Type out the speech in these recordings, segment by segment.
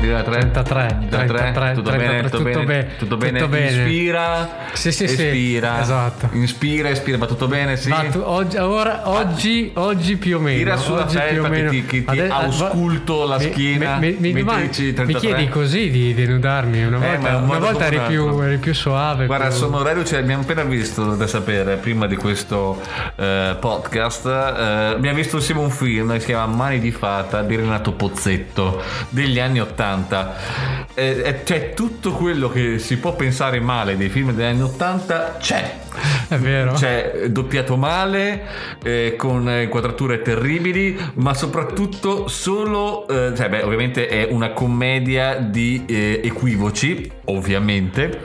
33? 33? tutto, Tutto bene? bene, Tutto bene? Tutto bene? Inspira. Sì, sì, sì, Espira. esatto. Inspira, espira, va tutto bene? Sì. Ma tu- oggi, ora- oggi- oggi più o meno. Tira sulla oggi più felpa o che meno. ti- che ti Ade- ausculto la mi- schiena, Mi, mi, mi, domani- mettici mi 33. chiedi così di denudarmi. Una Eh, volta, ma un una modo volta come eri, un più, altro. eri più suave. Guarda, più- sono Aurelio, ce l'abbiamo appena visto da sapere prima di questo eh, podcast. eh, abbiamo visto insieme un film che si chiama Mani di Fata di Renato Pozzetto degli anni Ottanta. Eh, eh, cioè, tutto quello che si può pensare male dei film degli anni Ottanta c'è. È vero? Cioè, eh, doppiato male, eh, con eh, inquadrature terribili, ma soprattutto solo, eh, cioè, beh, ovviamente è una commedia di eh, equivoci, ovviamente,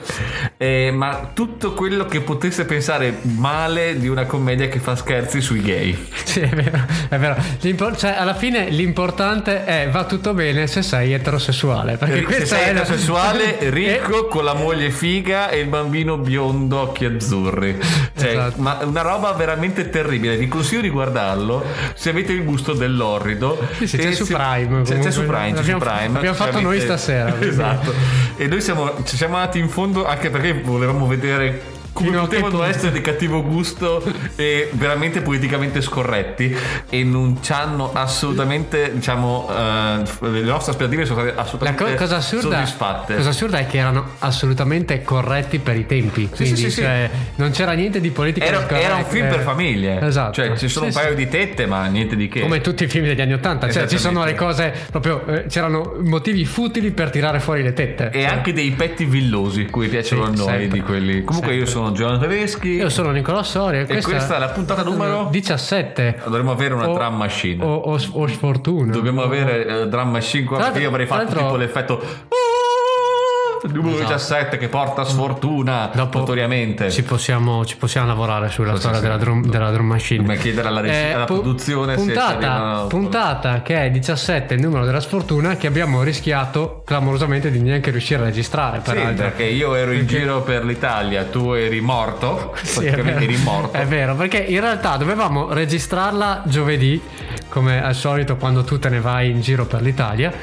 eh, ma tutto quello che potesse pensare male di una commedia che fa scherzi sui gay. Sì, è vero, è vero. L'impor- cioè, alla fine l'importante è va tutto bene se sei eterosessuale. Perché Se questa sei è la- eterosessuale, Eh, ricco, con la moglie figa e il bambino biondo, occhi azzurri. Cioè, Esatto. ma una roba veramente terribile. Vi consiglio di guardarlo se avete il gusto dell'orrido. Sì, sì, E c'è su se- Prime, C'è, c'è comunque. su Prime. c'è su L'abbiamo- Prime. l'abbiamo fatto Ovviamente- noi stasera, quindi. Esatto. E noi siamo, ci siamo andati in fondo anche perché volevamo vedere. Come Fino a che potevano punto. essere di cattivo gusto e veramente politicamente scorretti e non ci hanno assolutamente, diciamo, eh, le nostre aspettative sono state assolutamente La co- cosa, assurda, soddisfatte. cosa assurda è che erano assolutamente corretti per i tempi. quindi, sì, sì. cioè, non c'era niente di politica. era, correct- era un film per eh, famiglie. Esatto. Cioè, ci sono Sì, un paio sì. di tette, ma niente di che. Come tutti i film degli anni Ottanta, cioè ci sono le cose proprio. eh, c'erano motivi futili per tirare fuori le tette. e anche dei petti villosi, cui piacciono a Sì, noi sempre. di quelli. Comunque io sono Giovanni Tedeschi. Io sono Nicolò Soria e questa, questa è la puntata numero- 17. Dovremmo avere una O- drum machine. O, o- o sfortuna. Dobbiamo avere eh, drum machine qua oh, Tra perché io avrei l'altro- fatto tra tipo l'altro- l'effetto numero Esatto. 17 che porta sfortuna Dopo notoriamente. Ci possiamo, ci possiamo lavorare sulla Sì, storia sì, sì. della, drum, della drum machine. Dobbiamo chiedere alla regi- Eh, alla produzione se ci Eh, puntata, arrivano- puntata che è 17, il numero della sfortuna, che abbiamo rischiato clamorosamente di neanche riuscire a registrare. Sì, Peraltro. perché io ero in giro per l'Italia, tu eri morto, Sì, è praticamente vero. eri morto. È vero, perché in realtà dovevamo registrarla giovedì, come al solito quando tu te ne vai in giro per l'Italia.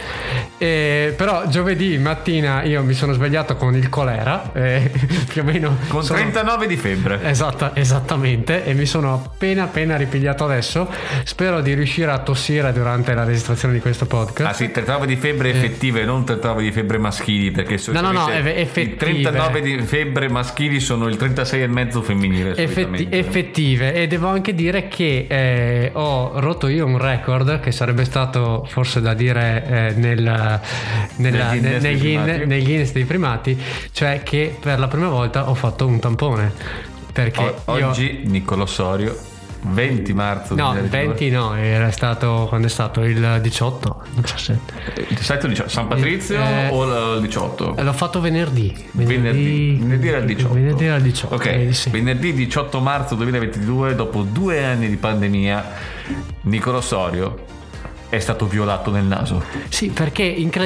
E, però giovedì mattina io mi sono svegliato con il colera, e più o meno... Con sono- Eh, 39 di febbre. Esatta- esattamente, e mi sono appena appena ripigliato adesso. Spero di riuscire a tossire durante la registrazione di questo podcast. Ah sì, 39 di febbre effettive, non 39 di febbre maschili, perché eh. No, no, no, solitamente eff- i effettive. 39 di febbre maschili sono il 36 e mezzo femminile. Effetti- solitamente. effettive e devo anche dire che eh, ho rotto io un record che sarebbe stato forse da dire eh, nel, nella- Nel Guinness ne- dei nel Guin- primati. nel Guinness dei primati cioè che per la prima volta ho fatto un tampone perché O- io- oggi Nicolò Sorio, 20 marzo. no 2019, 20 no era stato quando è stato il 18 17 17 o 18, San Patrizio Eh, o il 18? Eh, L'ho fatto venerdì. Venerdì, venerdì era il 18. Venerdì era il 18. Ok, eh, sì. venerdì 18 marzo 2022, dopo due anni di pandemia, Nicolò Sorio è stato violato nel naso. Sì, perché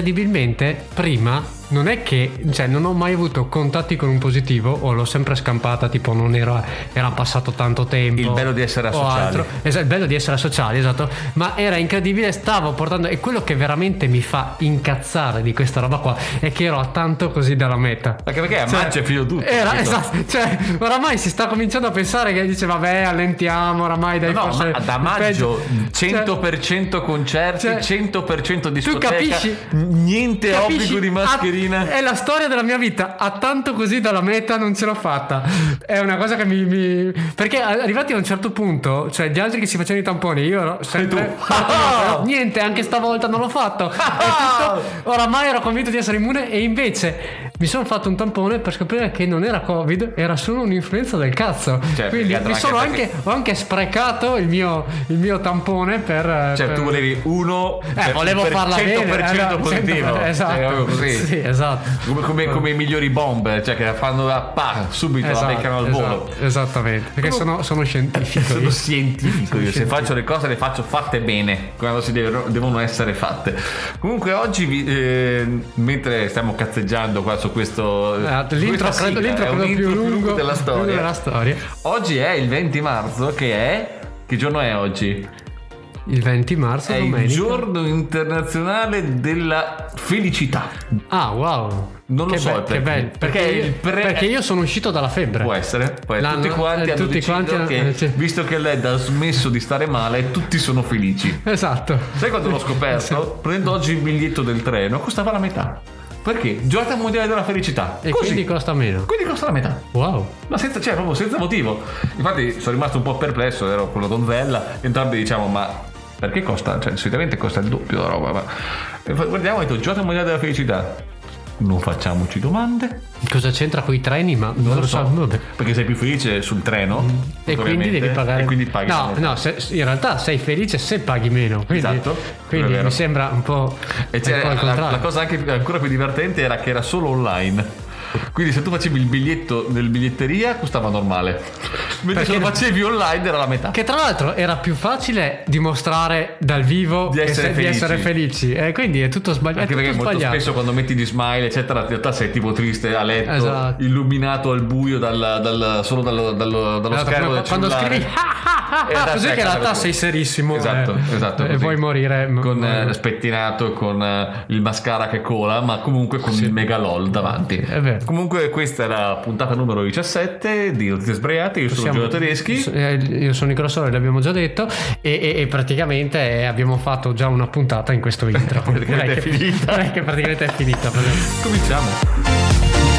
incredibilmente prima non è che, cioè, non ho mai avuto contatti con un positivo o l'ho sempre scampata, tipo non era, era passato tanto tempo. Il bello di essere o asociali. altro. Esatto, il bello di essere sociali, esatto. Ma era incredibile, stavo portando. E quello che veramente mi fa incazzare di questa roba qua è che ero a tanto così dalla meta. Anche perché a maggio è finito tutto. Cioè, Era, capito? esatto, cioè, oramai si sta cominciando a pensare che dice vabbè allentiamo oramai dai No, ma forse da Cioè, il maggio peggio". 100% concerti, cioè, 100% tu discoteca, capisci? niente Capisci? obbligo di mascherina. Ah, è la storia della mia vita. A tanto così dalla meta non ce l'ho fatta. È una cosa che mi. mi- Perché arrivati a un certo punto, cioè gli altri che si facevano i tamponi, io ero sempre. tu. Ah, no, però niente, anche stavolta non l'ho fatto. È tutto. Oramai ero convinto di essere immune e invece mi sono fatto un tampone per scoprire che non era Covid, era solo un'influenza del cazzo. Cioè, Quindi perché mi sono anche- anche, ho anche sprecato il mio, il mio tampone per. eh, Cioè, per- tu volevi uno eh, per- volevo per farla 100% bene, eh, no, positivo. Cioè, 100%, proprio esatto. così. Sì, esatto. Come, come- come i migliori bomber, cioè che la fanno da pa, subito la beccano al volo. esatto, esattamente, perché Come- sono, sono scientifico. Sono io. scientifico io, se scientifico. faccio le cose le faccio fatte bene quando si devono, devono essere fatte. Comunque oggi, vi- eh, mentre stiamo cazzeggiando qua su questo... Ah, su L'intro questa sigla, credo, l'intro è un credo più, intro lungo della storia. della storia. Oggi è il 20 marzo che è... Che giorno è oggi? Il 20 marzo, È il domenica. giorno internazionale della felicità. Ah, wow. Non lo Che so be- il che perché. bello. Perché, Perché io, il pre- perché io sono uscito dalla febbre. Può essere. Poi L'hanno- tutti quanti eh, hanno tutti deciso quanti hanno- che, eh, sì. visto che Led ha smesso di stare male, tutti sono felici. Esatto. Sai quando l'ho scoperto? Prendo oggi il biglietto del treno, costava la metà. Perché? Giornata mondiale della felicità. E Così. quindi costa meno. Quindi costa la metà. Wow. Ma senza, cioè, proprio senza motivo. Infatti sono rimasto un po' perplesso, ero con la donzella, entrambi diciamo, ma perché costa? Cioè, solitamente costa il doppio la roba, ma... E fa- Guardiamo, ho detto, giornata mondiale della felicità. Non facciamoci domande, Cosa c'entra con i treni? Ma non, non lo so. Vabbè. perché sei più felice sul treno. Mm. E quindi ovviamente, devi pagare. E quindi paghi. no, no, se- in realtà sei felice se paghi meno. Quindi, Esatto, quindi quello è vero. mi sembra un po'. E c'era- un po' al la, contrario. la cosa anche più- ancora più divertente era che era solo online. Quindi se tu facevi il biglietto nel biglietteria costava normale. Mentre se Perché- lo facevi online era la metà. Che tra l'altro era più facile dimostrare dal vivo Di che essere se- felici. essere felici. E quindi è tutto sbagliato. Anche è tutto perché molto sbagliato. spesso quando metti gli smile, eccetera, in realtà sei tipo triste a letto, Esatto. illuminato al buio dal, dal- solo dallo- dallo- dallo Esatto, schermo del quando- quando cellulare. scrivi ah, ah, Eh, ah, ah, esatto, così ecco, che in realtà esatto. sei serissimo Esatto, eh, esatto. e così. vuoi morire m- Con eh, eh, spettinato, con eh, il mascara che cola, ma comunque con il mega lol davanti. È vero. Comunque questa è la puntata numero 17 di Notizie Sbriate, io sono Siamo- Giulio Tedeschi. eh, Io sono Nicola Sole, l'abbiamo già detto, e, e- e praticamente eh, abbiamo fatto già una puntata in questo intro. Praticamente Direi è che- finita. direi Che praticamente è finita. praticamente. Cominciamo.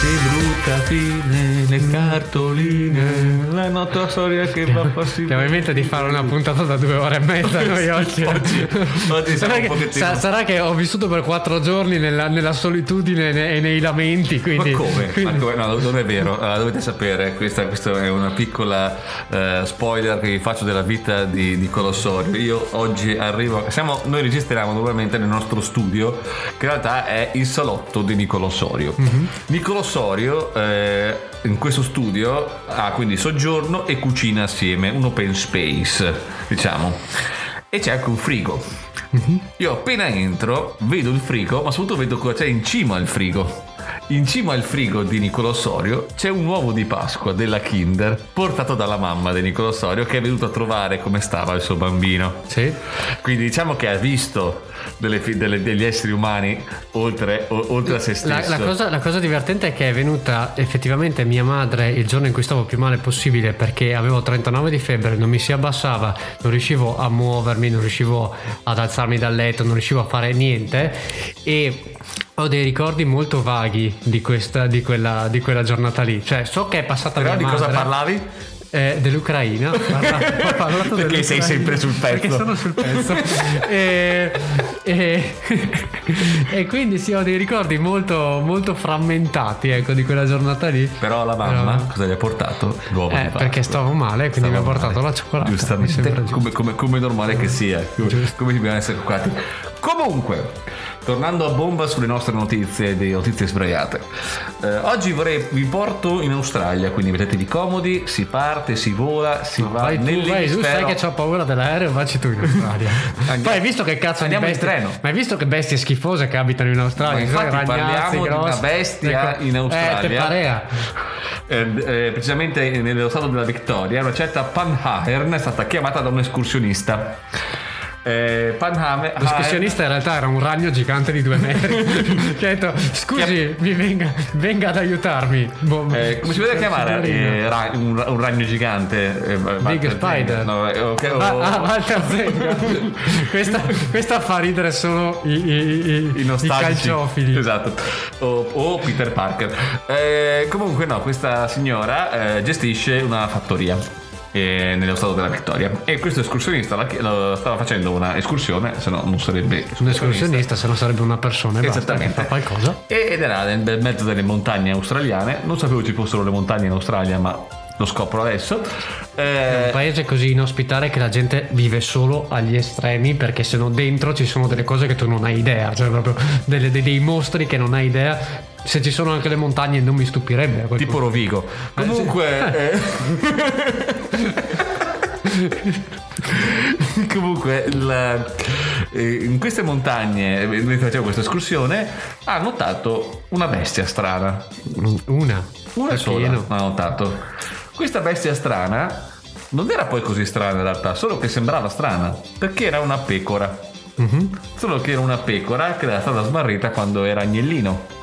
Che brutta fine le cartoline, la nostra storia che va a farsi Abbiamo in mente di fare una puntata da due ore e mezza noi oggi. Oggi- oggi siamo Sarà un che- pochettino- sa- sarà che ho vissuto per quattro giorni nella, nella solitudine e nei- e nei lamenti. Quindi, Ma come? Ma quindi- come? No, non è vero. Allora, dovete sapere, questa, questa è una piccola eh, spoiler che vi faccio della vita di, di Colossorio. Io oggi arrivo. Siamo, noi registriamo normalmente nel nostro studio, che in realtà è il salotto di Nicolossorio. Mhm. Nicolossorio eh, in questo studio ha quindi soggiorno e cucina assieme, un open space, diciamo. E c'è anche un frigo. Io appena entro vedo il frigo, ma soprattutto vedo cosa c'è in cima al frigo. In cima al frigo di Nicolò Sorio c'è un uovo di Pasqua della Kinder portato dalla mamma di Nicolò Sorio che è venuto a trovare come stava il suo bambino. Sì. Quindi diciamo che ha visto delle fi- delle- degli esseri umani oltre, o- oltre a se La, stesso. la cosa, la cosa divertente è che è venuta effettivamente mia madre il giorno in cui stavo più male possibile perché avevo 39 di febbre, non mi si abbassava, non riuscivo a muovermi, non riuscivo ad alzarmi dal letto, non riuscivo a fare niente e ho dei ricordi molto vaghi di, questa, di, quella, di quella giornata lì. Cioè so che è passata Però mia di cosa madre. parlavi? Eh, dell'Ucraina Parla- ho parlato Perché dell'Ucraina. sei sempre sul pezzo. perché sono sul pezzo e, e- e quindi sì ho dei ricordi molto molto frammentati ecco di quella giornata lì Però la mamma Però- cosa gli ha portato? L'uovo di Eh, Pasqua. perché stavo male quindi mi ha Stava portato male. la cioccolata Mi Giustamente, sembra giusto. come, come- come è normale che sia, come, Giusto. come dobbiamo essere occupati. Comunque, tornando a bomba sulle nostre notizie, di notizie sbraiate. Eh, oggi vorrei, vi porto in Australia, quindi mettetevi comodi, si parte, si vola, si va Vai tu, vai tu, sai nell'emisfero. che ho paura dell'aereo, vacci tu in Australia. Andiamo- Poi hai visto che cazzo Andiamo di in bestie, treno. Ma hai visto che bestie schifose che abitano in Australia? Ma Ci sono infatti i ragnazzi parliamo di una grossi. bestia in Australia. Eh, te parea. Eh, eh, precisamente nello stato della Victoria, una certa Panhahern è stata chiamata da un escursionista. Eh, Panhahern- L'escursionista in realtà era un ragno gigante di due metri. che ha detto: Scusi, mi venga, venga ad aiutarmi. Boh, Eh, come si poteva chiamare signorina. eh, ra- un, ra- un ragno gigante? Eh, Walter Big Zane. Spider. No, eh, ok, oh, Va- ah, Walter Zenga. questa, questa fa ridere solo i, i, i- i i nostalgici. calciofili. Esatto. O, o Peter Parker. Eh, comunque no, questa signora eh, gestisce una fattoria. eh, nello stato della Vittoria e questo escursionista la- la- stava facendo una escursione se no non sarebbe Un escursionista, se no sarebbe una persona. e basta, Esattamente. che Fa qualcosa. E- ed era nel bel mezzo delle montagne australiane non sapevo ci fossero le montagne in Australia ma lo scopro adesso È Eh, un paese così inospitale che la gente vive solo agli estremi perché se no dentro ci sono delle cose che tu non hai idea, cioè proprio delle- dei, dei mostri che non hai idea. Se ci sono anche le montagne non mi stupirebbe. a quel Tipo Rovigo. Comunque, eh, Comunque, la- eh, in queste montagne, eh, dove facevo questa escursione, ha notato una bestia strana. Una. Una Perché sola no? ha notato. Questa bestia strana non era poi così strana in realtà, solo che sembrava strana, perché era una pecora. Mhm. Solo che era una pecora che era stata smarrita quando era agnellino.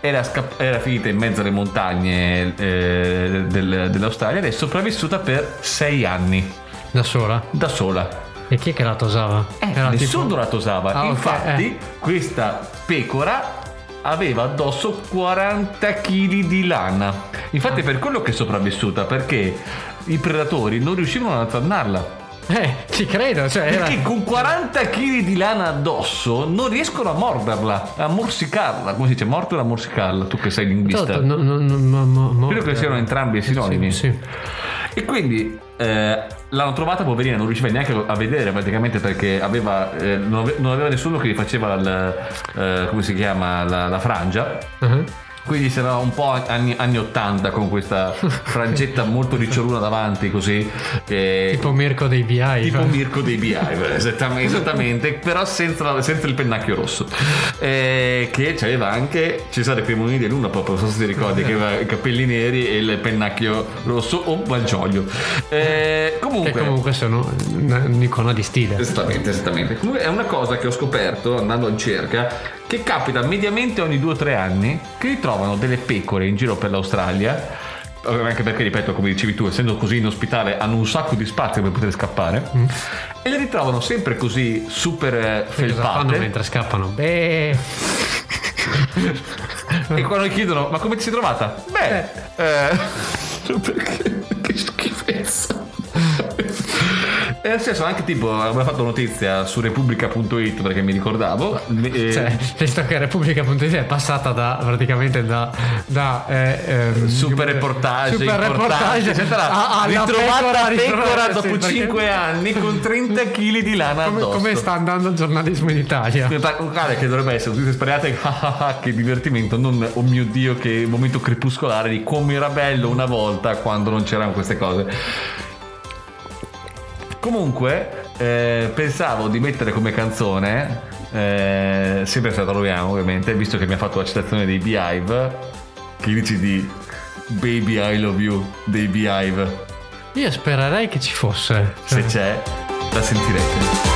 Era, scapp- era finita in mezzo alle montagne eh, del- dell'Australia ed è sopravvissuta per sei anni Da sola. da sola. E chi è che la tosava? Eh, Era Nessuno Eh, tipo- la tosava. Ah, ok, Infatti, eh. questa pecora aveva addosso 40 kg di lana. Ah. Infatti, è per quello che è sopravvissuta, perché i predatori non riuscivano ad azzannarla. Eh, ci credo, cioè era... Perché con 40 kg di lana addosso non riescono a morderla, a morsicarla. Come si dice? Morderla, morsicarla. Tu che sei linguista. Tanto, Certo, no, no, no, mo- mo- mo- eh, Credo che siano entrambi sinonimi. Sì, sì. E quindi eh, l'hanno trovata poverina, non riusciva neanche a vedere praticamente perché aveva, eh, non, ave- non aveva nessuno che gli faceva il, eh, come si chiama, la, la frangia. Ah, Quindi sembrava un po' anni, anni 80 con questa frangetta molto riccioluna davanti così. che- Tipo Mirko dei cioè, BI. Tipo fa- Mirko dei BI, esattamente, esattamente, però senza, senza il pennacchio rosso. Eh, che c'aveva anche Cesare Cremonini di Luna, proprio, non so se ti ricordi, che aveva i capelli neri e il pennacchio rosso o Malgioglio. Eh, Che comunque... comunque sono una- un'icona di stile. Esattamente, esattamente. Comunque è una cosa che ho scoperto andando in cerca, che capita mediamente ogni 2-3 anni, che ritrovano delle pecore in giro per l'Australia. Anche perché, ripeto, come dicevi tu, essendo così inospitale, hanno un sacco di spazio per poter scappare. Mm. E le ritrovano sempre così super eh, Che Cosa fanno felpate. Eh. mentre scappano? Beh, E quando chiedono, ma come ti sei trovata? Beh, eh, perché? Che schifezza. E nel senso, anche tipo, avevo fatto notizia su repubblica.it perché mi ricordavo. eh, cioè, visto che Repubblica.it è passata da praticamente da, da eh, ehm, Super reportage, super reportage importanti, eccetera. a- alla ritrovata pecora, ritrovata, sì, dopo perché- 5 anni con 30 kg di lana come, addosso. come sta andando il giornalismo in Italia? In realtà, un cane che dovrebbe essere tutte sparate ah, ah, ah, che divertimento non oh mio dio che momento crepuscolare di come era bello una volta quando non c'erano queste cose comunque eh, pensavo di mettere come canzone eh, sempre se la troviamo ovviamente visto che mi ha fatto la citazione dei Beehive che dici di Baby I Love You dei Beehive Io spererei che ci fosse. se Cioè, c'è la sentirete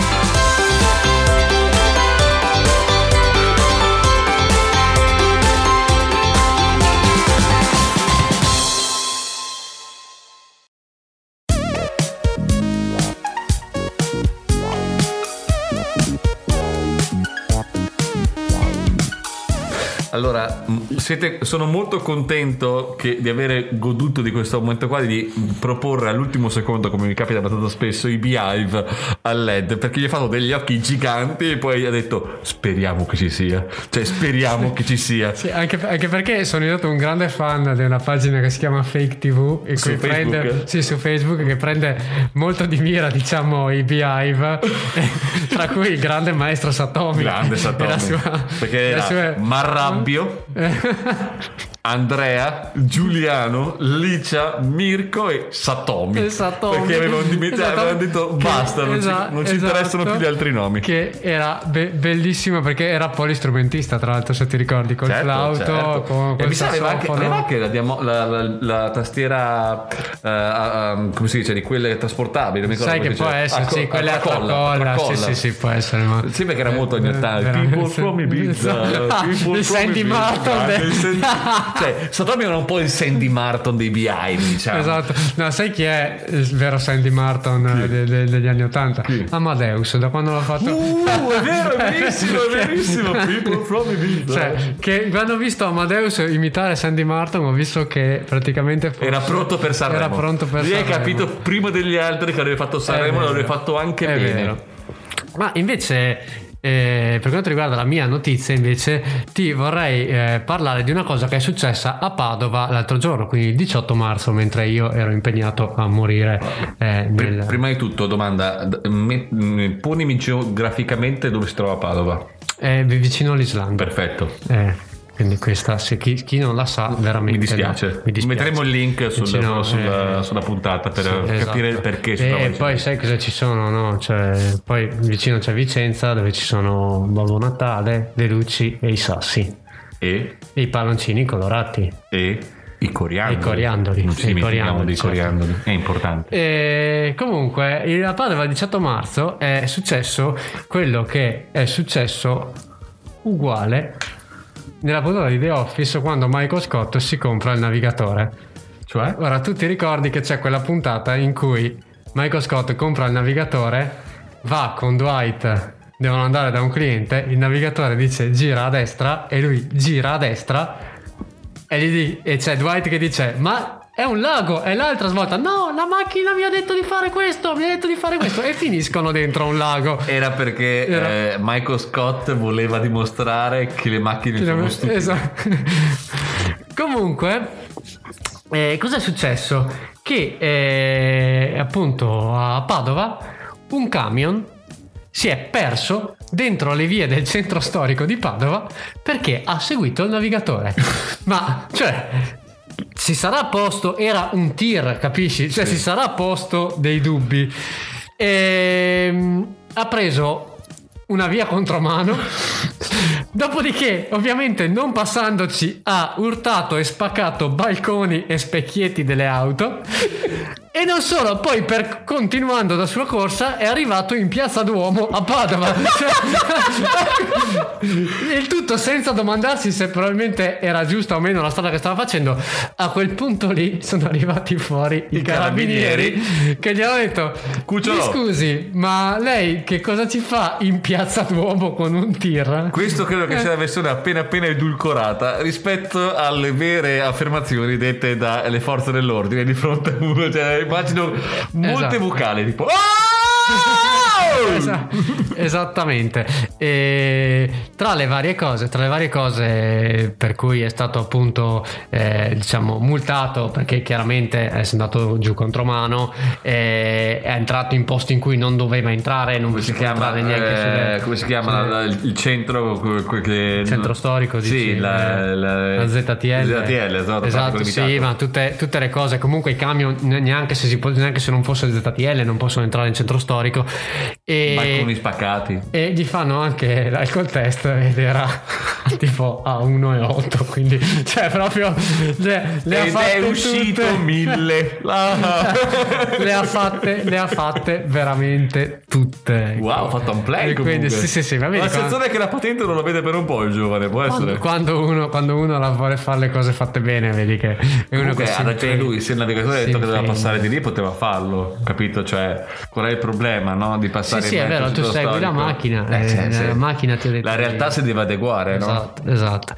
Allora, mh, siete- sono molto contento che- di avere goduto di questo momento qua di proporre all'ultimo secondo, come mi capita abbastanza spesso, i Beehive al LED, perché gli ha fatto degli occhi giganti e poi ha detto speriamo che ci sia, cioè speriamo che ci sia. Sì, anche, anche perché sono diventato un grande fan di una pagina che si chiama Fake TV e Su cui Facebook? prende- sì, su Facebook che prende molto di mira diciamo i Beehive eh, tra cui il grande maestro Satomi Grande E la Satomi. sua- Eh, Perché le era sue- Marrabbio, Andrea, Giuliano, Licia, Mirko e Satomi. E Satomi. Perché avevano, dimenti- Esatto. avevano detto Che- basta, non, esa- ci, non ci esatto. interessano più gli altri nomi. Che era be- bellissimo perché era polistrumentista, tra l'altro, se ti ricordi, col Certo, flauto, certo. con e col mi sa aveva anche, sassofono. aveva anche la, diamo- la- la- la tastiera eh, a- a- come si dice di quelle trasportabili non mi ricordo Sai come che si può dice. essere, A co- sì, quella a tracolla, tracolla. sì, sì, sì, può essere, ma... Sì, perché era molto anni 80. veramente. People from Ibiza. Ah, people from il Sandy Ibiza. Martin. Ah, il Sandy- Cioè, Satomi era un po' il Sandy Martin dei BI, diciamo. Esatto, no, sai chi è il vero Sandy Martin eh, de- de- degli anni 80? Amadeus, da quando l'ha fatto... Uh, è vero, è verissimo, è Cioè- verissimo. People from Ibiza. Cioè, che quando ho visto Amadeus imitare Sandy Martin, ho visto che praticamente fosse- Era pronto per Sanremo. Era pronto per Lui hai Sanremo. capito prima degli altri che aveva fatto Sanremo e vero. l'aveva fatto anche È bene. vero. Ma invece. eh, per quanto riguarda la mia notizia, invece, ti vorrei eh, parlare di una cosa che è successa a Padova l'altro giorno, quindi il 18 marzo, mentre io ero impegnato a morire eh, Pri- nel- Prima di tutto, domanda, d- me- m- ponimi geograficamente dove si trova Padova. eh, vicino all'Islanda. Perfetto. Eh, Quindi questa, se chi, chi non la sa, veramente... Mi dispiace. no, mi dispiace. Metteremo il link sul- Sì, no, sulla, eh, sulla puntata per sì, esatto. capire il perché. si trova E in poi giro. sai cosa ci sono, no? Cioè, poi vicino c'è Vicenza dove ci sono Babbo Natale, le luci e i sassi. E, E i palloncini colorati. e i coriandoli. E i coriandoli, Non e i ci dimentichiamo coriandoli, dei certo. coriandoli. È importante. E Eh, comunque, in- a Padova il 18 marzo è successo quello che è successo uguale nella puntata di The Office quando Michael Scott si compra il navigatore. Cioè? Ora tu ti ricordi che c'è quella puntata in cui Michael Scott compra il navigatore, va con Dwight, devono andare da un cliente, il navigatore dice gira a destra e lui gira a destra e, gli di- e c'è Dwight che dice ma è un lago e l'altra svolta no la macchina mi ha detto di fare questo, mi ha detto di fare questo e finiscono dentro un lago. Era perché Era- eh, Michael Scott voleva dimostrare che le macchine sono stupide. Esatto. Comunque, eh, cosa è successo? Che eh, appunto a Padova un camion si è perso dentro le vie del centro storico di Padova perché ha seguito il navigatore. Ma cioè. Si sarà posto, era un tir, capisci? Cioè, Sì. si sarà posto dei dubbi. Ehm, ha preso una via contromano. Dopodiché, ovviamente, non passandoci, ha urtato e spaccato balconi e specchietti delle auto. E non solo, poi per- continuando la sua corsa è arrivato in piazza Duomo a Padova. Cioè, il tutto senza domandarsi se probabilmente era giusta o meno la strada che stava facendo. A quel punto lì sono arrivati fuori i, I carabinieri, carabinieri. che gli hanno detto: Cucciolo. "Mi scusi, ma lei che cosa ci fa in piazza Duomo con un tir? Questo credo che sia la versione appena appena edulcorata rispetto alle vere affermazioni dette dalle forze dell'ordine di fronte a uno. Cioè, immagino molte Esatto. vocali tipo. Esa- esattamente. E tra le varie cose, tra le varie cose per cui è stato appunto eh, diciamo multato perché chiaramente è andato giù contro mano, eh, è entrato in posti in cui non doveva entrare, non Come si può chiama, entrare neanche eh, sulle- come si chiama sulle- la- la- il centro que- que- che- centro storico sì, dici, la, eh, la ZTL ZTL esatto, Esatto, traffico sì limitato. ma tutte, tutte le cose comunque i camion ne- neanche se, si può- neanche se non fosse ZTL non possono entrare in centro storico e balconi spaccati e gli fanno anche l'alcol test ed era tipo a 1,8 quindi cioè proprio le, le ha ed fatte è uscito tutte. mille Ah. le ha fatte le ha fatte veramente tutte Wow, ha fatto un play E quindi comunque. sì sì sì ma vedi La quando- sensazione è che la patente non la vede per un po' il giovane, può essere. quando, quando uno, quando uno la vuole fare le cose fatte bene vedi che è uno Comunque, che ha si ragione impegna. lui, se il navigatore ha Si detto che doveva impegna. passare di lì, poteva farlo, capito? Cioè, qual è il problema, no? Di sì passare sì in è mezzo vero al tu centro segui la storico. macchina Eh, eh, sì, sì. la macchina ti ha detto La di- realtà si deve adeguare, no? Esatto, esatto.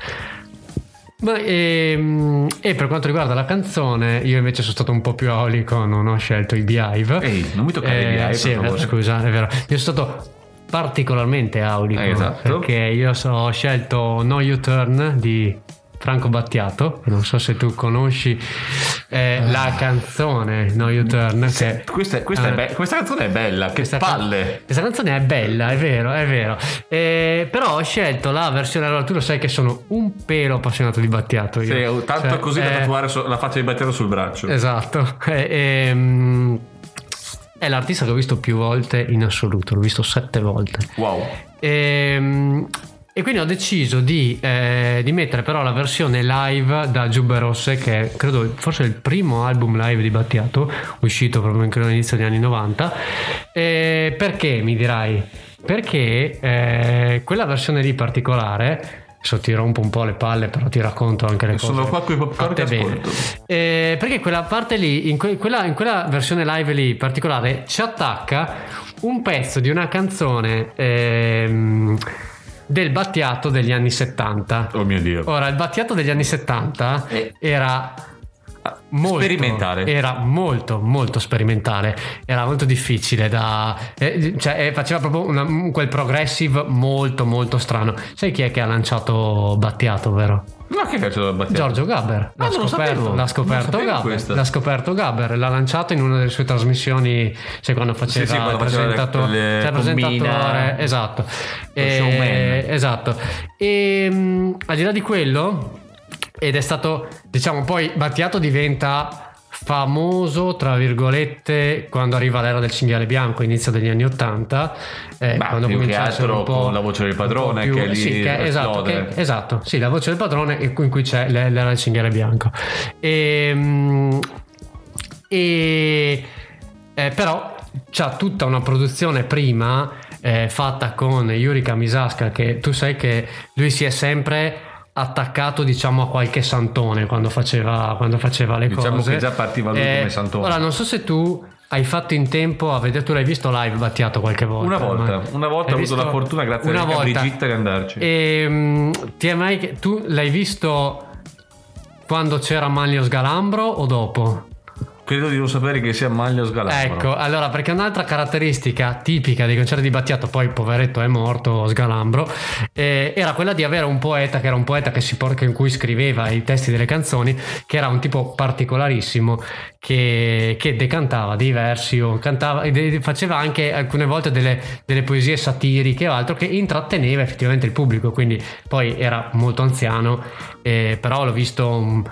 Ma, ehm, e, per quanto riguarda la canzone, io invece sono stato un po' più aolico, non ho scelto i Beehive. Eh, Ehi, non mi toccare i Beehive, sì, per favore. scusa, è vero. Io sono stato particolarmente aulico Eh, esatto. perché io so- ho scelto No You Turn di Franco Battiato. Non so se tu conosci eh, la Ah. canzone No You Turn. che- Questa, questa è Ah. be- questa canzone è bella, che questa can- palle! questa canzone è bella, è vero, è vero. Eh, però ho scelto la versione. Allora, tu lo sai che sono un pelo appassionato di Battiato. Io. Sì, oh, tanto Cioè, così da eh, tatuare so- la faccia di Battiato sul braccio. Esatto. Eh, ehm, è l'artista che ho visto più volte in assoluto, l'ho visto sette volte. Wow. Ehm, E, quindi ho deciso di, eh, di mettere però la versione live da Giubbe Rosse, che è, credo forse il primo album live di Battiato, uscito proprio credo all'inizio degli anni 90. Eh, perché mi dirai? Perché eh, quella versione lì particolare. Adesso ti rompo un po' le palle, però ti racconto anche le cose. Sono qua coi popcorn che fatte bene. ascolto. Eh, perché quella parte lì, in, que- quella, in quella versione live lì in particolare, ci attacca un pezzo di una canzone ehm, del Battiato degli anni 70. Oh mio Dio. Ora, il Battiato degli anni 70 Eh. era molto, Sperimentale. Era molto, molto sperimentale. Era molto difficile da... eh, cioè, eh, faceva proprio una- quel progressive molto, molto strano. Sai chi è che ha lanciato Battiato, vero? Ma che cazzo da battere? Giorgio Gabber l'ha Ah, non lo scoperto, sapevo. l'ha Non scoperto, sapevo Gabber, questa. l'ha scoperto Gabber, l'ha lanciato in una delle sue trasmissioni, cioè quando faceva Sì, sì, quando il faceva le- presentato- le cioè, il presentatore, combina. esatto, Lo showman. esatto. E mm, al di là di quello, ed è stato, diciamo, poi Battiato diventa famoso tra virgolette quando arriva l'era del cinghiale bianco inizio degli anni 80 eh, Ma quando più che comincia a essere altro un po'- con la voce del un po' padrone più- che lì sì, esatto, esplode. che- esatto, sì, la voce del padrone in cui in cui c'è l- l'era del cinghiale bianco. Ehm, e, eh, però c'ha tutta una produzione prima eh, fatta con Yurika Misaska che tu sai che lui si è sempre attaccato diciamo a qualche santone quando faceva, quando faceva le Diciamo cose che già partiva lui Eh, come santone. ora non so se tu hai fatto in tempo a vedere tu l'hai visto live Battiato qualche Una volta volta, ma- una volta Hai ho avuto visto- la fortuna, grazie una a Ricca volta. Brigitta, di andarci. Ehm, ti è mai che- tu l'hai visto quando c'era Manlio Sgalambro o dopo? Credo di non sapere che sia Maglio Sgalambro. Ecco, allora perché un'altra caratteristica tipica dei concerti di Battiato, poi poveretto è morto Sgalambro, eh, era quella di avere un poeta che era un poeta che si porca in cui scriveva i testi delle canzoni, che era un tipo particolarissimo che, che decantava dei versi o cantava, e de- faceva anche alcune volte delle, delle poesie satiriche o altro che intratteneva effettivamente il pubblico, quindi poi era molto anziano, eh, però l'ho visto un,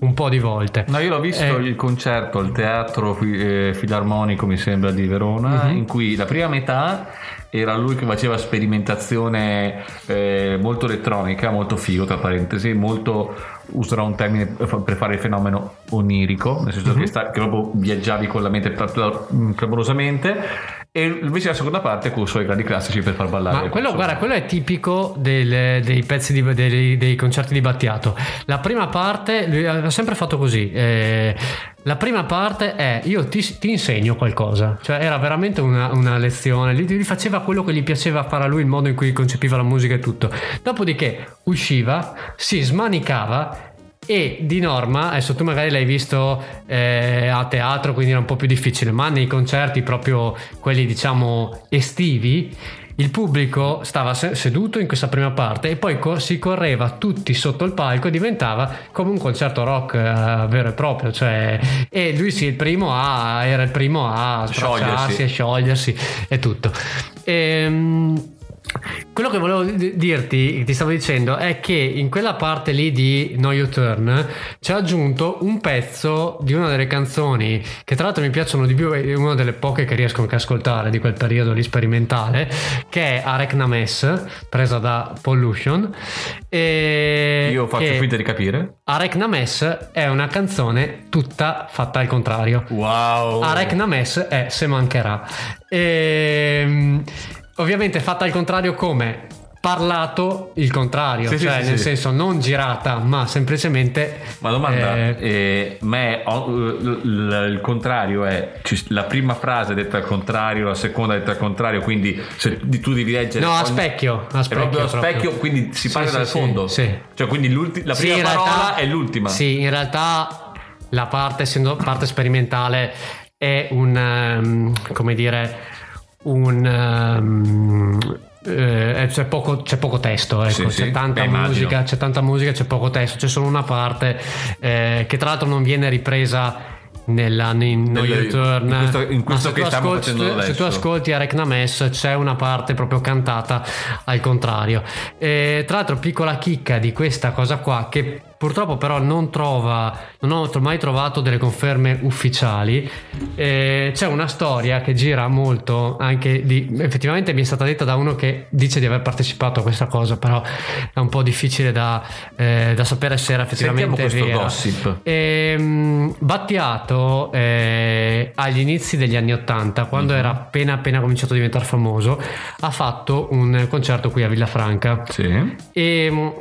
un po' di volte. No, io l'ho visto Eh. il concerto al teatro fi- eh, filarmonico, mi sembra, di Verona, Mhm. in cui la prima metà era lui che faceva sperimentazione eh, molto elettronica, molto figo, tra parentesi, molto, userò un termine per fa- per fare il fenomeno onirico, nel senso Mhm. che, sta- che proprio viaggiavi con la mente pra- pra- mm, clamorosamente, e invece la seconda parte con i suoi grandi classici per far ballare. Ma quello, Insomma. guarda, quello è tipico del- dei pezzi di- dei, dei concerti di Battiato. La prima parte, lui ha sempre fatto così. eh, la prima parte è io ti, ti insegno qualcosa, cioè era veramente una, una lezione, gli, gli faceva quello che gli piaceva fare a lui, il modo in cui concepiva la musica e tutto. Dopodiché usciva, si smanicava e di norma, adesso tu magari l'hai visto eh, a teatro, quindi era un po' più difficile, ma nei concerti proprio quelli diciamo estivi, il pubblico stava se- seduto in questa prima parte e poi co- si correva tutti sotto il palco e diventava come un concerto rock eh, vero e proprio, cioè, e lui sì, il primo a, era il primo a Sciogliersi. sbracciarsi e sciogliersi e tutto. Ehm, quello che volevo di- dirti, ti stavo dicendo, è che in quella parte lì di No You Turn ci ha aggiunto un pezzo di una delle canzoni che tra l'altro mi piacciono di più, è una delle poche che riesco anche a ascoltare di quel periodo lì sperimentale, che è Arecna Mess, presa da Pollution. e Io faccio che finta di capire. Arecna Mess è una canzone tutta fatta al contrario. Wow! Arecna Mess è eh, Se mancherà. Ehm, ovviamente fatta al contrario come parlato il contrario, Sì, sì, cioè sì, nel sì. senso non girata, ma semplicemente Ma domanda, eh, eh, ma è- o- l- l- il contrario è ci- la prima frase è detta al contrario, la seconda è detta al contrario, quindi se di- tu devi leggere... No, a ogni- specchio, a è specchio, proprio a proprio. specchio, quindi si Sì, parte sì, dal sì, fondo. sì. Cioè, quindi l'ulti- la Sì, prima in realtà- parola è l'ultima. Sì, in realtà la parte, essendo parte sperimentale, è un ehm, come dire un ehm, eh, c'è, poco, c'è poco testo, ecco, Sì, c'è, sì, tanta beh, immagino. musica, c'è tanta musica, c'è poco testo, c'è solo una parte eh, che tra l'altro non viene ripresa nella, in No Nelle- You Turn, in questo- in eh. ma questo se che tu stiamo ascolti- facendo se tu adesso. ascolti Arecna Mess c'è una parte proprio cantata al contrario. E, tra l'altro, piccola chicca di questa cosa qua che purtroppo però non trova, non ho tro- mai trovato delle conferme ufficiali. Eh, c'è una storia che gira molto anche di, effettivamente mi è stata detta da uno che dice di aver partecipato a questa cosa, però è un po' difficile da, eh, da sapere se era Sentiamo effettivamente questo vera. gossip. Ehm, Battiato eh, agli inizi degli anni 80, quando Mhm. era appena appena cominciato a diventare famoso, ha fatto un concerto qui a Villafranca. Sì. E, Ehm,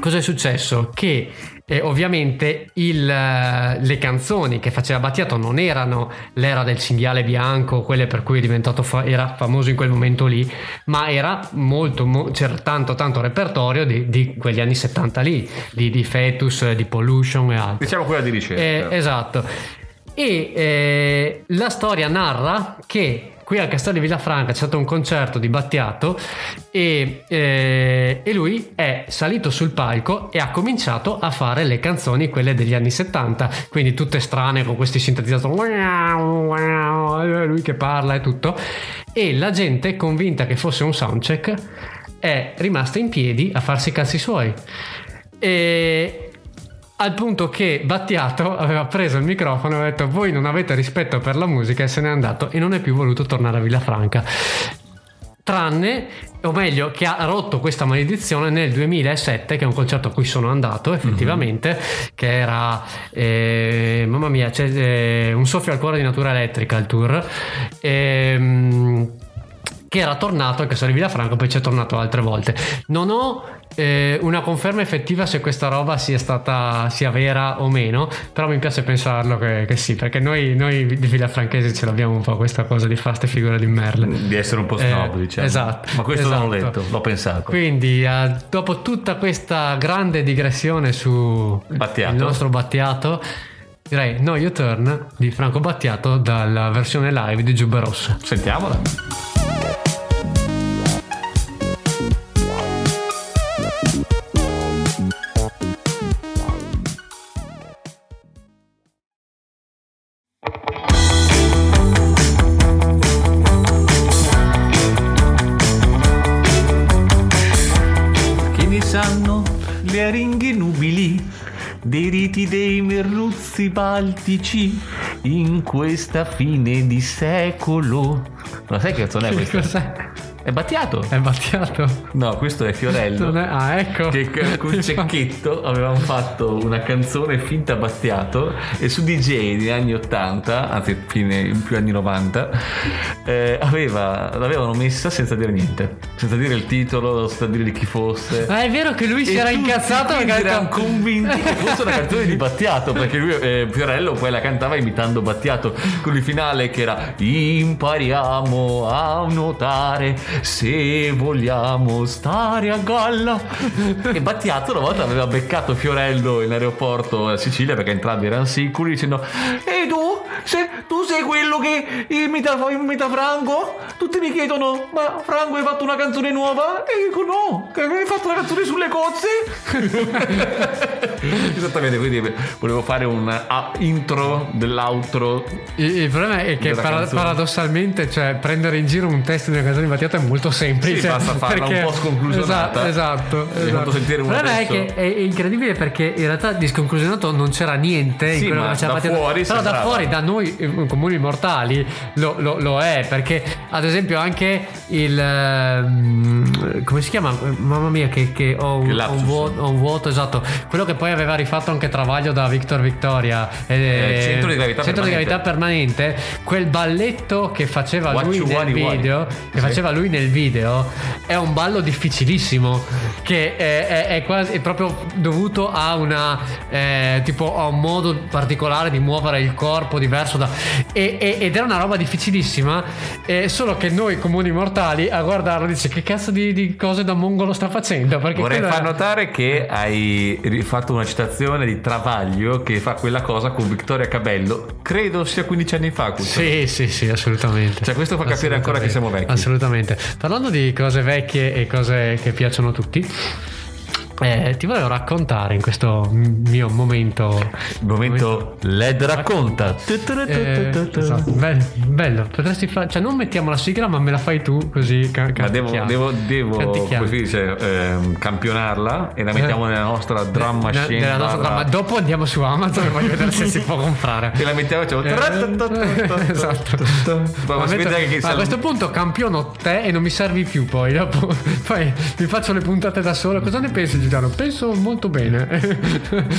cosa è successo? Che eh, ovviamente il, eh, le canzoni che faceva Battiato non erano l'era del cinghiale bianco, quelle per cui è diventato fa- era famoso in quel momento lì, ma era molto, mo- c'era tanto tanto repertorio di, di quegli anni 70 lì, di, di Fetus, eh, di Pollution e altro. Diciamo quella di ricerca. Eh, esatto. E eh, la storia narra che qui al Castello di Villafranca c'è stato un concerto di Battiato e, eh, e lui è salito sul palco e ha cominciato a fare le canzoni, quelle degli anni 70, quindi tutte strane con questi sintetizzatori, wow, wow, lui che parla e tutto. E la gente, convinta che fosse un soundcheck, è rimasta in piedi a farsi i cazzi suoi. E, al punto che Battiato aveva preso il microfono e aveva detto voi non avete rispetto per la musica e se n'è andato e non è più voluto tornare a Villafranca tranne o meglio che ha rotto questa maledizione nel 2007 che è un concerto a cui sono andato effettivamente che era eh, mamma mia c'è eh, un soffio al cuore di natura elettrica il tour ehm che era tornato al Castello di Villafranca, poi ci è tornato altre volte. Non ho eh, una conferma effettiva se questa roba sia stata sia vera o meno, però mi piace pensarlo che, che sì, perché noi, noi di Villafranchesi ce l'abbiamo un po' questa cosa di faste figure di merle. Di essere un po' snob, Eh, diciamo. esatto, Ma questo non l'ho esatto. letto, l'ho pensato. Quindi, eh, dopo tutta questa grande digressione su Battiato. il nostro Battiato, direi No You Turn di Franco Battiato dalla versione live di Giubba Rossa. Sentiamola. Che ne sanno le aringhe nubili dei riti dei merluzzi baltici in questa fine di secolo? Ma sai che canzone è questa? Cos'è? È Battiato? È Battiato? No, questo è Eh. Non Fiorello. è- Ah, ecco. Che che con Cecchetto avevamo fatto una canzone finta Battiato e su DJ degli anni 80, anzi fine, più anni 90, eh, aveva- l'avevano messa senza dire niente, senza dire il titolo, senza dire di chi fosse. Ah, è vero che lui E si era tutti incazzato quindi perché ha erano detto- convinti che fosse una canzone di Battiato perché lui eh, Fiorello poi la cantava imitando Battiato con il finale che era impariamo a nuotare se vogliamo stare a galla e Battiato una volta aveva beccato Fiorello in aeroporto a Sicilia perché entrambi erano sicuri dicendo e tu se tu sei quello che imita, imita Franco tutti mi chiedono ma Franco hai fatto una canzone nuova e io dico no che hai fatto una canzone sulle cozze esattamente quindi volevo fare un ah, intro dell'outro Il, il problema è che Della para- canzone. paradossalmente, cioè, prendere in giro un testo di una canzone di Battiato è molto semplice. Sì, basta farla un po' sconclusionata. Esatto, esatto. E quando sentire il uno problema è adesso- che è è incredibile perché in realtà di sconclusionato non c'era niente in Sì, quello ma che faceva da Battiato. fuori Però da sembrava. fuori, da noi eh, comuni mortali, lo, lo- lo è. Perché, ad esempio, anche il. ehm, come si chiama? Eh, Mamma mia, che, che ho, un, Che ho un lapsus. vuoto, ho un vuoto, esatto. Quello che poi aveva rifatto anche Travaglio da Victor Victoria. eh, Eh, centro di gravità centro di permanente. gravità permanente, quel balletto che faceva What lui you nel want, you want. video, Sì. che faceva lui nel video, è un ballo difficilissimo che è, è- è quasi è proprio dovuto a una eh, tipo a un modo particolare di muovere il corpo diverso da e- e- ed era una roba difficilissima, eh, solo che noi comuni mortali a guardarlo dice che cazzo di, di cose da mongolo sta facendo perché Vorrei quello far era- notare che hai ri- fatto una citazione di Travaglio che fa quella cosa con Vittoria Cabello, credo sia 15 anni fa. questo. Sì, sì, sì, assolutamente. Cioè, questo fa capire ancora che siamo vecchi. Assolutamente. Parlando di cose vecchie e cose che piacciono a tutti. eh, ti volevo raccontare in questo mio momento Il momento LED racconta. eh, esatto. Be- bello potresti fare cioè non mettiamo la sigla ma me la fai tu così ca- Ma devo, canticchiamo. devo, devo Canticchiamo. come si dice, ehm, campionarla e la mettiamo nella nostra drum Ne- machine. Eh. nella nostra barra- dramma. dopo andiamo su Amazon e voglio vedere se si può comprare E la mettiamo e Eh, esatto. Ma Ma si mentre- vede anche che a siamo- questo punto campiono te e non mi servi più poi dopo poi mi faccio le puntate da solo cosa ne pensi Giuliano? penso molto bene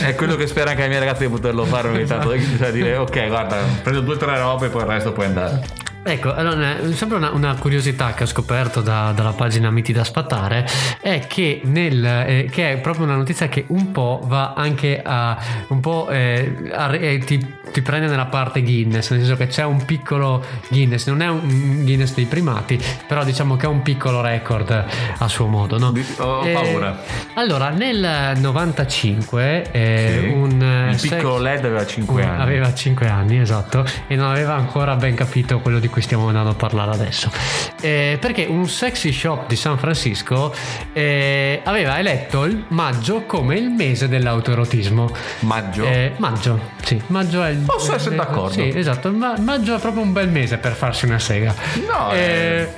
È quello che spera anche la mia ragazza di poterlo fare ogni tanto. Cioè dire, ok, guarda, prendo due o tre robe e poi il resto puoi andare. Ecco, allora, eh, sempre una, una curiosità che ho scoperto da- dalla pagina Miti da Sfatare è che, nel, eh, che è proprio una notizia che un po' va anche a... un po' eh, a re- eh, ti, ti prende nella parte Guinness, nel senso che c'è un piccolo Guinness, non è un Guinness dei primati, però diciamo che è un piccolo record a suo modo, no? Di- Ho Eh, paura. Allora, nel 95 eh, Sì. un eh, Il sex- piccolo LED aveva 5 un- anni. Aveva 5 anni, esatto, e non aveva ancora ben capito quello di cui stiamo andando a parlare adesso. Eh, perché un sexy shop di San Francisco eh, aveva eletto il maggio come il mese dell'autoerotismo. Maggio. Eh, maggio, sì, maggio è il. Posso eh, essere eh, d'accordo. Sì, esatto, ma- maggio è proprio un bel mese per farsi una sega. No, eh, eh,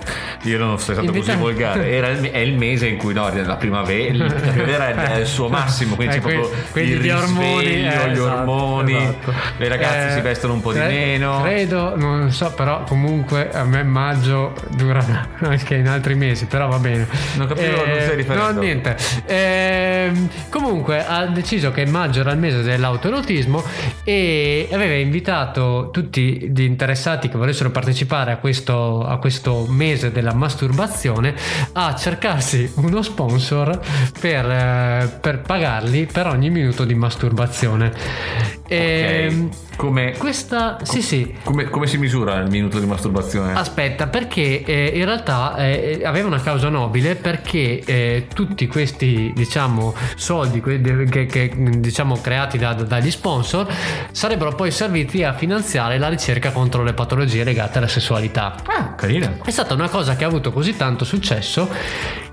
io non sono stato invita- così volgare. Era il, me- è il mese in cui no, la primavera, la primavera è il suo massimo, quindi Eh, c'è proprio que- quindi il gli ormoni, eh, risveglio, gli esatto, ormoni, esatto. le ragazze Eh, si vestono un po' di cre- meno. Credo, non so, però comunque a me maggio dura anche in altri mesi, però va bene. Eh, Non capivo, non stai riferendo. No, niente. Ehm, comunque ha deciso che maggio era il mese dell'autoerotismo e aveva invitato tutti gli interessati che volessero partecipare a questo, a questo mese della masturbazione a cercarsi uno sponsor per, eh, per pagarli per ogni minuto di masturbazione. Ehm, Ok. Come, Questa, sì sì, come- come si misura il minuto di masturbazione? Aspetta, perché eh, in realtà eh, aveva una causa nobile perché eh, tutti questi diciamo soldi que- de- che, che, diciamo creati da- da- dagli sponsor sarebbero poi serviti a finanziare la ricerca contro le patologie legate alla sessualità. Ah, carina. È stata una cosa che ha avuto così tanto successo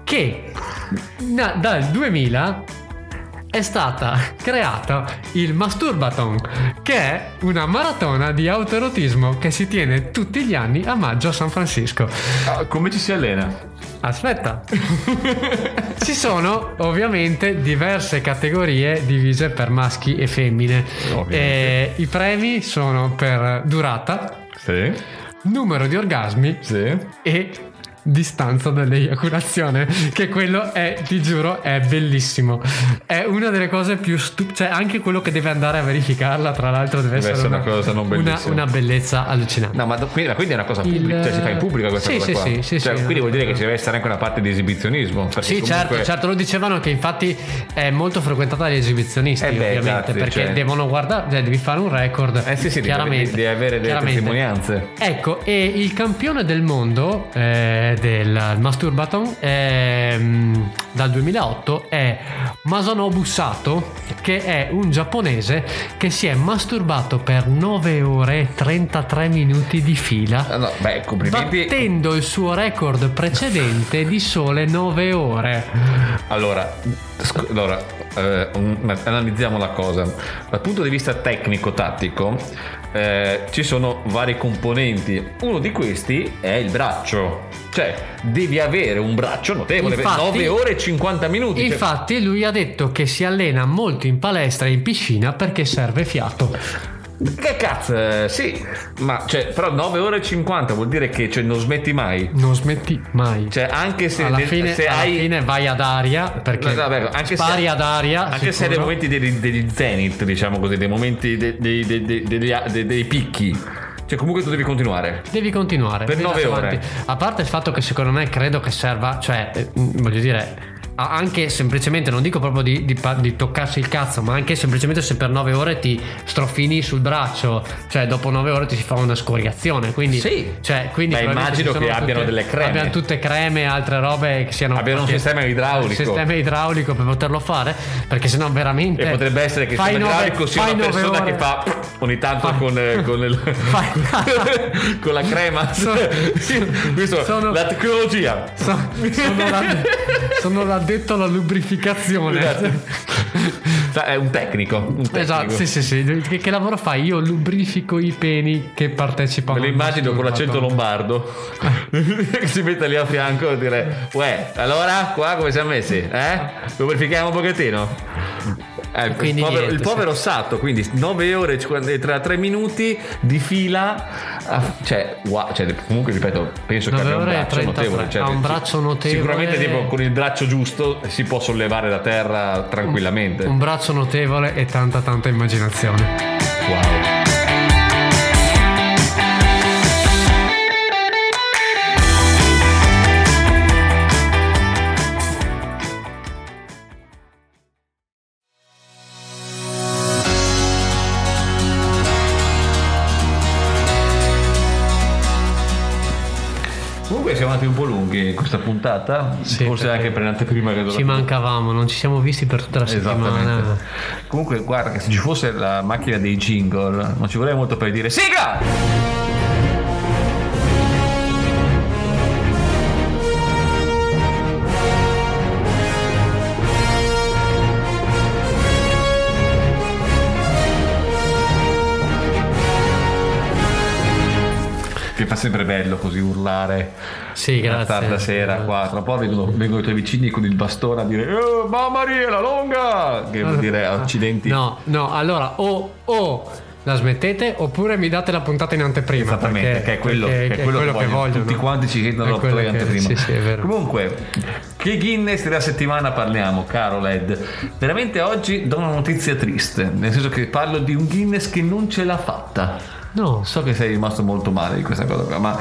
che na- dal 2000 è stata creata il Masturbaton, che è una maratona di autoerotismo che si tiene tutti gli anni a maggio a San Francisco. Ah, Come ci si allena? Aspetta, ci sono ovviamente diverse categorie divise per maschi e femmine. Ovviamente. Eh, I premi sono per durata, Sì. numero di orgasmi Sì. e distanza dall'eiaculazione che quello è ti giuro è bellissimo è una delle cose più stupide cioè anche quello che deve andare a verificarla tra l'altro deve, Deve essere essere una cosa non una- bellissima. una bellezza allucinante No, ma do- quindi, ma quindi è una cosa Il- pubblica, cioè si fa in pubblica questa Sì, cosa sì, qua. sì, sì, Cioè, sì, quindi no, vuol dire no. che ci deve essere anche una parte di esibizionismo. perché sì certo comunque- certo lo dicevano che infatti è molto frequentata dagli esibizionisti Eh beh, ovviamente esatto, perché cioè- devono guardare cioè devi fare un record Eh sì, sì, devi- chiaramente devi avere delle chiaramente. testimonianze. Ecco, e il campione del mondo eh, del Masturbaton ehm, dal 2008 è Masanobu Sato, che è un giapponese che si è masturbato per 9 ore e 33 minuti di Ah, fila, no, beh, complimenti. battendo il suo record precedente di sole 9 ore. Allora, sc- allora, eh, un- ma- analizziamo la cosa. Dal punto di vista tecnico-tattico, eh, ci sono vari componenti. Uno di questi è il braccio. Cioè, devi avere un braccio notevole. Infatti- 9 ore e 50 minuti. cioè- Infatti lui ha detto che si allena molto in palestra e in piscina perché serve fiato. Che cazzo, eh, sì, ma cioè, però 9 ore e 50 vuol dire che cioè, non smetti mai. Non smetti mai. Cioè, anche se, alla, de- fine, se alla hai. fine vai ad aria perché Vabbè, anche se- spari ad aria Anche se hai dei sicuro. momenti degli, degli zenith, diciamo così, dei momenti de- dei, dei- dei- degli a- dei- dei picchi. Cioè, comunque tu devi continuare. devi continuare Per devi nove andare ore. avanti. a parte il fatto che secondo me credo che serva cioè eh, mh, voglio dire a- anche semplicemente non dico proprio di, di pa- di toccarsi il cazzo ma anche semplicemente se per nove ore ti strofini sul braccio cioè dopo nove ore ti si fa una scoriazione quindi Sì. cioè, quindi Beh, probabilmente immagino ci sono che abbiano tutte- delle creme. abbiano tutte creme altre robe che siano Abbiano un che- sistema idraulico. un sistema idraulico per poterlo fare perché sennò veramente E potrebbe essere che il Eh, fai sistema nove- idraulico sia fai una nove persona ore. che fa ogni tanto Fai- con, eh, con, il- Fai- con la crema. Sono- Questo, sono- la tecnologia. So- sono, la- sono l'addetto alla lubrificazione. Esatto. Esatto, Sa- È un tecnico. un tecnico. sì, sì, sì. Che, che lavoro fai? Io lubrifico i peni che partecipano. Me lo al immagino con l'accento masturbato. lombardo che si mette lì a fianco e dire Uè, allora qua come siamo messi? Eh? Lo verifichiamo un pochettino? Eh, Quindi il povero, niente, il povero Sato, quindi 9 ore e 50 e tra 3 minuti di fila, ah, cioè, wow, cioè, comunque ripeto, penso che 9 abbia un ore e braccio 33, notevole. Cioè, ha un si- braccio notevole. Sicuramente tipo, con il braccio giusto si può sollevare da terra tranquillamente. Un braccio notevole e tanta, Esatto. tanta immaginazione. Wow. siamo andati un po' lunghi in questa puntata, Sì, forse perché anche per l'anteprima che Ci dovrà- mancavamo, non ci siamo visti per tutta la settimana. Esattamente. Comunque, guarda che se ci fosse la macchina dei jingle, non ci vorrei molto per dire sigla! Che fa sempre bello così urlare Sì, grazie. tarda esatto. sera qua, tra un po' vengono, vengono i tuoi vicini con il bastone a dire "Eh, Mamma Maria, la longa! Che vuol dire accidenti. No, no, allora o, o la smettete oppure mi date la puntata in anteprima. Esattamente, perché- che è quello, perché che, è quello che vogliono. vogliono. Tutti quanti ci chiedono È la quello tua che- anteprima. Sì, sì, è vero. Comunque, che Guinness della settimana parliamo, caro Led? Veramente oggi do una notizia triste, nel senso che parlo di un Guinness che non ce l'ha fatta. No, So che sei rimasto molto male di questa cosa qua, ma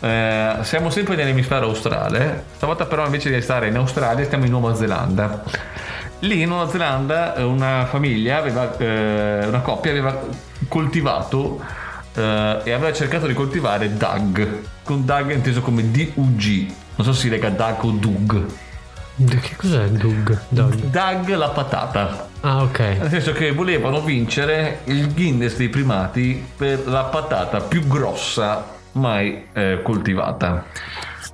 eh, siamo sempre nell'emisfero australe. Stavolta però invece di stare in Australia stiamo in Nuova Zelanda. Lì in Nuova Zelanda eh, una famiglia, aveva, eh, una coppia aveva coltivato eh, e aveva cercato di coltivare Doug, con Doug inteso come D-U-G. Non so se si lega Doug o Doug. che cos'è il Doug? Doug? Doug la patata. Ah, ok. Nel senso che volevano vincere il Guinness dei primati per la patata più grossa mai eh, coltivata.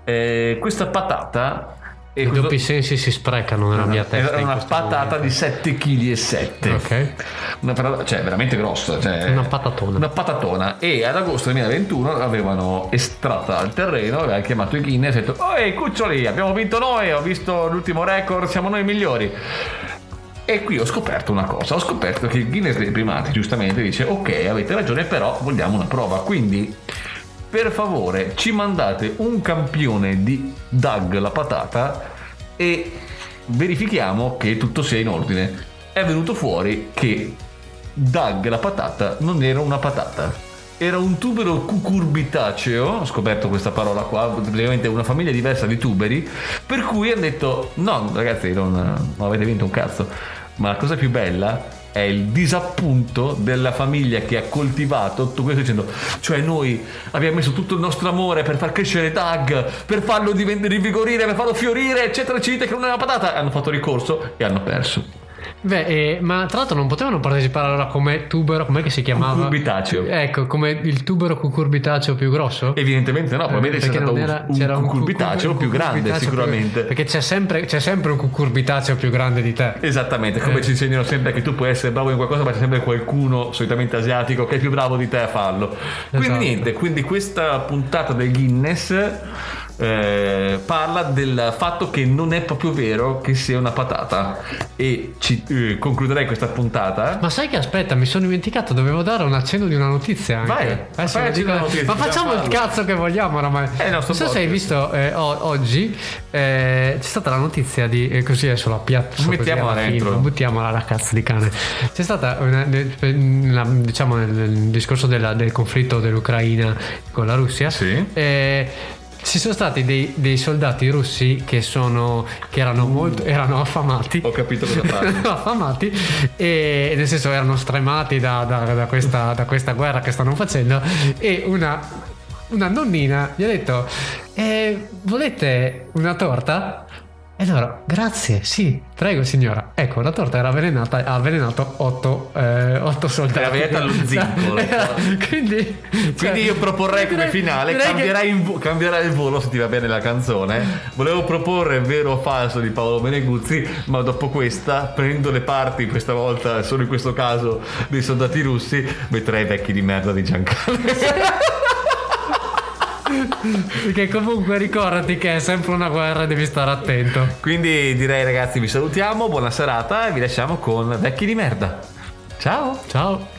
Eh, questa patata è I questo- doppi sensi si sprecano nella mia testa. era in una questo patata di 7,7 kg. momento. Ok. Una patata- cioè veramente grossa. cioè- Una patatona. Una patatona. E ad agosto 2021 l'avevano estratta dal terreno, avevano chiamato i Guinness e detto, Ehi cuccioli, abbiamo vinto noi, ho visto l'ultimo record, siamo noi i migliori. E qui ho scoperto una cosa, ho scoperto che il Guinness dei primati giustamente dice ok avete ragione però vogliamo una prova, quindi per favore ci mandate un campione di Doug la patata e verifichiamo che tutto sia in ordine. È venuto fuori che Doug la patata non era una patata. Era un tubero cucurbitaceo, ho scoperto questa parola qua, praticamente una famiglia diversa di tuberi, per cui hanno detto no ragazzi non, non avete vinto un cazzo, ma la cosa più bella è il disappunto della famiglia che ha coltivato tutto questo dicendo cioè noi abbiamo messo tutto il nostro amore per far crescere Doug, per farlo diven- rivigorire, per farlo fiorire, eccetera, ci dite che non è una patata, hanno fatto ricorso e hanno perso. Beh, eh, ma tra l'altro non potevano partecipare allora come tubero, com'è che si chiamava? Cucurbitaceo. Ecco, come il tubero cucurbitaceo più grosso? Evidentemente no, probabilmente c'è Eh, Perché stato non un, era- un c'era un cucurbitaceo cucur- più grande cucurbitaceo più- sicuramente. Perché c'è sempre, c'è sempre un cucurbitaceo più grande di te. Esattamente, Eh. come ci insegnano sempre che tu puoi essere bravo in qualcosa, ma c'è sempre qualcuno, solitamente asiatico, che è più bravo di te a farlo. Quindi Esatto. niente, quindi questa puntata del Guinness eh, parla del fatto che non è proprio vero che sia una patata. E ci, eh, concluderei questa puntata. Ma sai che aspetta, mi sono dimenticato, dovevo dare un accenno di una notizia. Anche. Vai, Adesso vai, lo accenno dico- di una notizia, ma facciamo il farlo. cazzo che vogliamo oramai. È il nostro Non so se hai podcast. visto eh, o- oggi, eh, c'è stata la notizia di. eh, così adesso la piazza. Mettiamola dentro. Buttiamola alla cazzo di cane. C'è stata, una- ne- nella- diciamo, nel, nel discorso della- del conflitto dell'Ucraina con la Russia. Sì. Eh, ci sono stati dei, dei soldati russi che, sono, che erano, molto, erano affamati Ho capito cosa parli. affamati e nel senso erano stremati da, da- da questa, da questa guerra che stanno facendo e una, una nonnina gli ha detto "Eh, volete una torta? E loro, grazie, sì, prego signora. Ecco, la torta era avvelenata, ha avvelenato otto, eh, otto soldati. Era avvelenata allo zinco, la Era- quindi, cioè, Quindi io proporrei come direi- finale, direi che- cambierai in vo- cambierà il volo se ti va bene la canzone. Volevo proporre vero o falso di Paolo Meneguzzi, ma dopo questa prendo le parti, questa volta solo in questo caso, dei soldati russi, metterei vecchi di merda di Giancarlo. Perché comunque ricordati che è sempre una guerra e devi stare attento. Quindi direi ragazzi vi salutiamo, buona serata e vi lasciamo con vecchi di merda. Ciao! Ciao.